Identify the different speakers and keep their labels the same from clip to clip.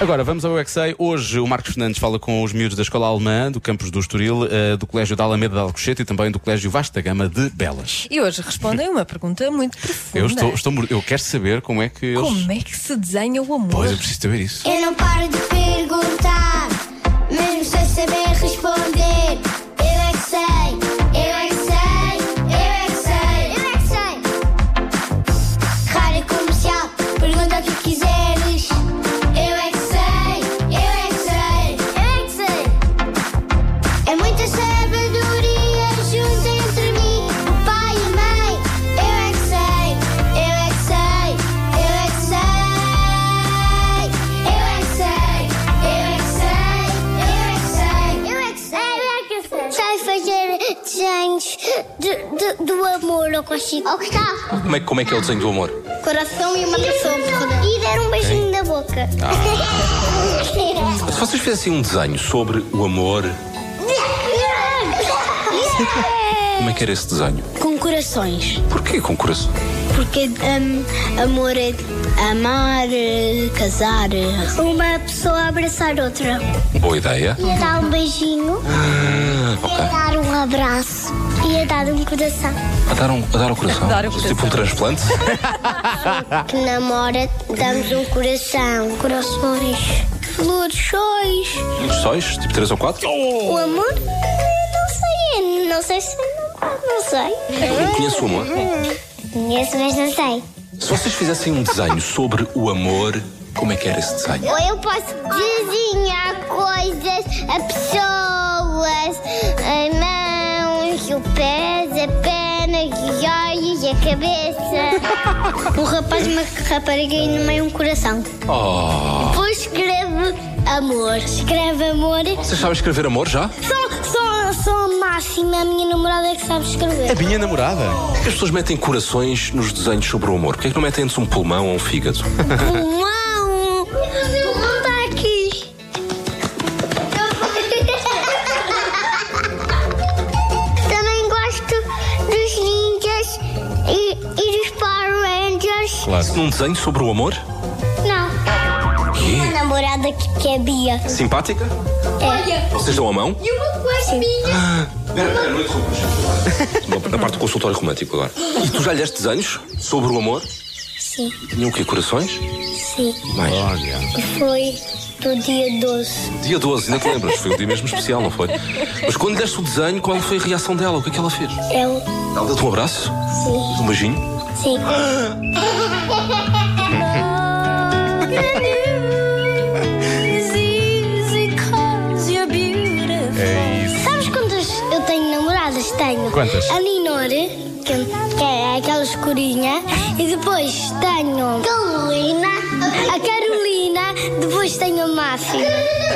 Speaker 1: Agora, vamos ao UXA. Hoje o Marcos Fernandes fala com os miúdos da Escola Alemã, do Campus do Estoril, eh, do Colégio da Alameda de Alcochete e também do Colégio Vasta Gama de Belas.
Speaker 2: E hoje respondem uma pergunta muito profunda.
Speaker 1: Eu, estou, estou, mor- eu quero saber como é que eles.
Speaker 2: Como é que se desenha o amor?
Speaker 1: Pois, eu preciso saber isso.
Speaker 3: Eu não paro de perguntar, mesmo sem saber responder. Eu é que sei, eu é que sei, eu é que sei, eu é que sei. Rádio comercial, pergunta o que quiseres. Eu é que sei, eu é que sei, eu é que sei. É muita sabedoria junta entre mim, o pai e a mãe. Eu é que sei, eu é que sei, eu é que sei. Eu é que sei, eu é que sei, eu é que sei, eu é que sei, eu é que sei. Sei fazer desenhos do amor, eu consigo. Oh, que tal?
Speaker 4: Como é, como é que é o desenho do amor?
Speaker 3: Coração e uma pessoa E dar um beijinho na boca.
Speaker 4: Se vocês fizessem um desenho sobre o amor, como é que era esse desenho?
Speaker 3: Com corações.
Speaker 4: Porquê com coração?
Speaker 3: Porque hum, amor é amar, é casar. Uma pessoa abraçar outra.
Speaker 4: Boa ideia.
Speaker 3: Ia dar um beijinho.
Speaker 4: Ah,
Speaker 3: Ia
Speaker 4: ok.
Speaker 3: dar um abraço. Ia dar um coração.
Speaker 4: A dar, um, a dar o coração.
Speaker 2: Dar o coração.
Speaker 4: Tipo um transplante.
Speaker 3: Que namora, damos um coração. Corações. Flores, sóis.
Speaker 4: Uns sóis, tipo três ou quatro.
Speaker 3: O amor? Não sei. Não sei se. Não sei. Hum,
Speaker 4: Eu conheço o amor.
Speaker 3: Conheço, mas não sei.
Speaker 4: Se vocês fizessem um desenho sobre o amor, como é que era esse desenho?
Speaker 3: Ou eu posso desenhar coisas a pessoas, as mãos, os pés, a perna, os olhos, a cabeça. um rapaz, uma rapariga e no meio um coração.
Speaker 4: Oh,
Speaker 3: Depois escreve amor. Escreve amor.
Speaker 4: vocês sabem escrever amor já?
Speaker 3: Só, só, só a máxima, a minha namorada é que sabe escrever.
Speaker 1: minha namorada.
Speaker 4: Por que As pessoas metem corações nos desenhos sobre o amor. Porquê é que não metem antes um pulmão ou um fígado?
Speaker 3: Pulmão! Pulmão está aqui. Também gosto dos ninjas e, e dos Power Rangers.
Speaker 1: Claro.
Speaker 4: Num desenho sobre o amor?
Speaker 3: Não. Uma
Speaker 4: Quê?
Speaker 3: namorada que, que é Bia. É.
Speaker 4: Simpática? Vocês dão a mão?
Speaker 3: E uma coisa minha.
Speaker 4: Na parte do consultório romântico agora. E tu já lhe deste desenhos sobre o amor?
Speaker 3: Sim,
Speaker 4: Tinham o quê? Corações?
Speaker 3: sim.
Speaker 4: Mais.
Speaker 1: Olha.
Speaker 3: Foi do dia 12.
Speaker 4: Dia 12, ainda te lembras? Foi um dia mesmo especial, não foi? Mas quando lhe deste o desenho, qual foi a reação dela? O que é que ela fez?
Speaker 3: Eu.
Speaker 4: Ela deu-te um abraço?
Speaker 3: Sim,
Speaker 4: Um beijinho?
Speaker 3: sim.
Speaker 1: É isso.
Speaker 3: Sabes quantas eu tenho namoradas? Tenho.
Speaker 1: Quantas?
Speaker 3: A Ninore, que, que é aquela escurinha. E depois tenho. Carolina. A Carolina. Depois tenho a Máfia.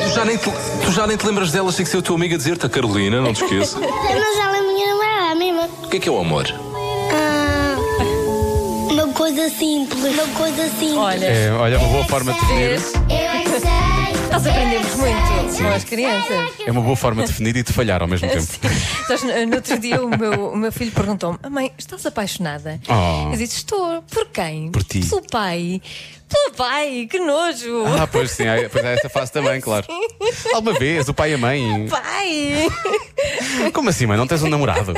Speaker 4: Tu já, nem te, tu já nem te lembras dela sem que ser o teu amigo a dizer-te a Carolina, não te esqueça.
Speaker 3: Mas ela é minha namorada, a mesma.
Speaker 4: O que é que é o amor?
Speaker 3: Ah, uma coisa simples. Uma coisa simples.
Speaker 2: Olha,
Speaker 1: É, olha, uma boa forma de definir.
Speaker 2: vês?
Speaker 3: Eu é que sei. é
Speaker 2: nós aprendemos muito com as crianças.
Speaker 1: É uma boa forma de definir e de falhar ao mesmo tempo.
Speaker 2: Sabes, no no outro dia o meu, o meu filho perguntou-me: Mãe, estás apaixonada?
Speaker 1: Oh.
Speaker 2: Eu disse: Estou. Por quem?
Speaker 1: Por ti.
Speaker 2: Pelo pai. Pelo pai, que nojo.
Speaker 1: Ah, pois sim, há, pois há essa fase também, claro. Alguma vez, o pai e a mãe.
Speaker 2: Pai,
Speaker 1: Como assim, mãe? Não tens um namorado?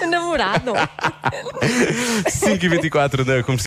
Speaker 2: seu namorado.
Speaker 1: 5 e 24 da comercial.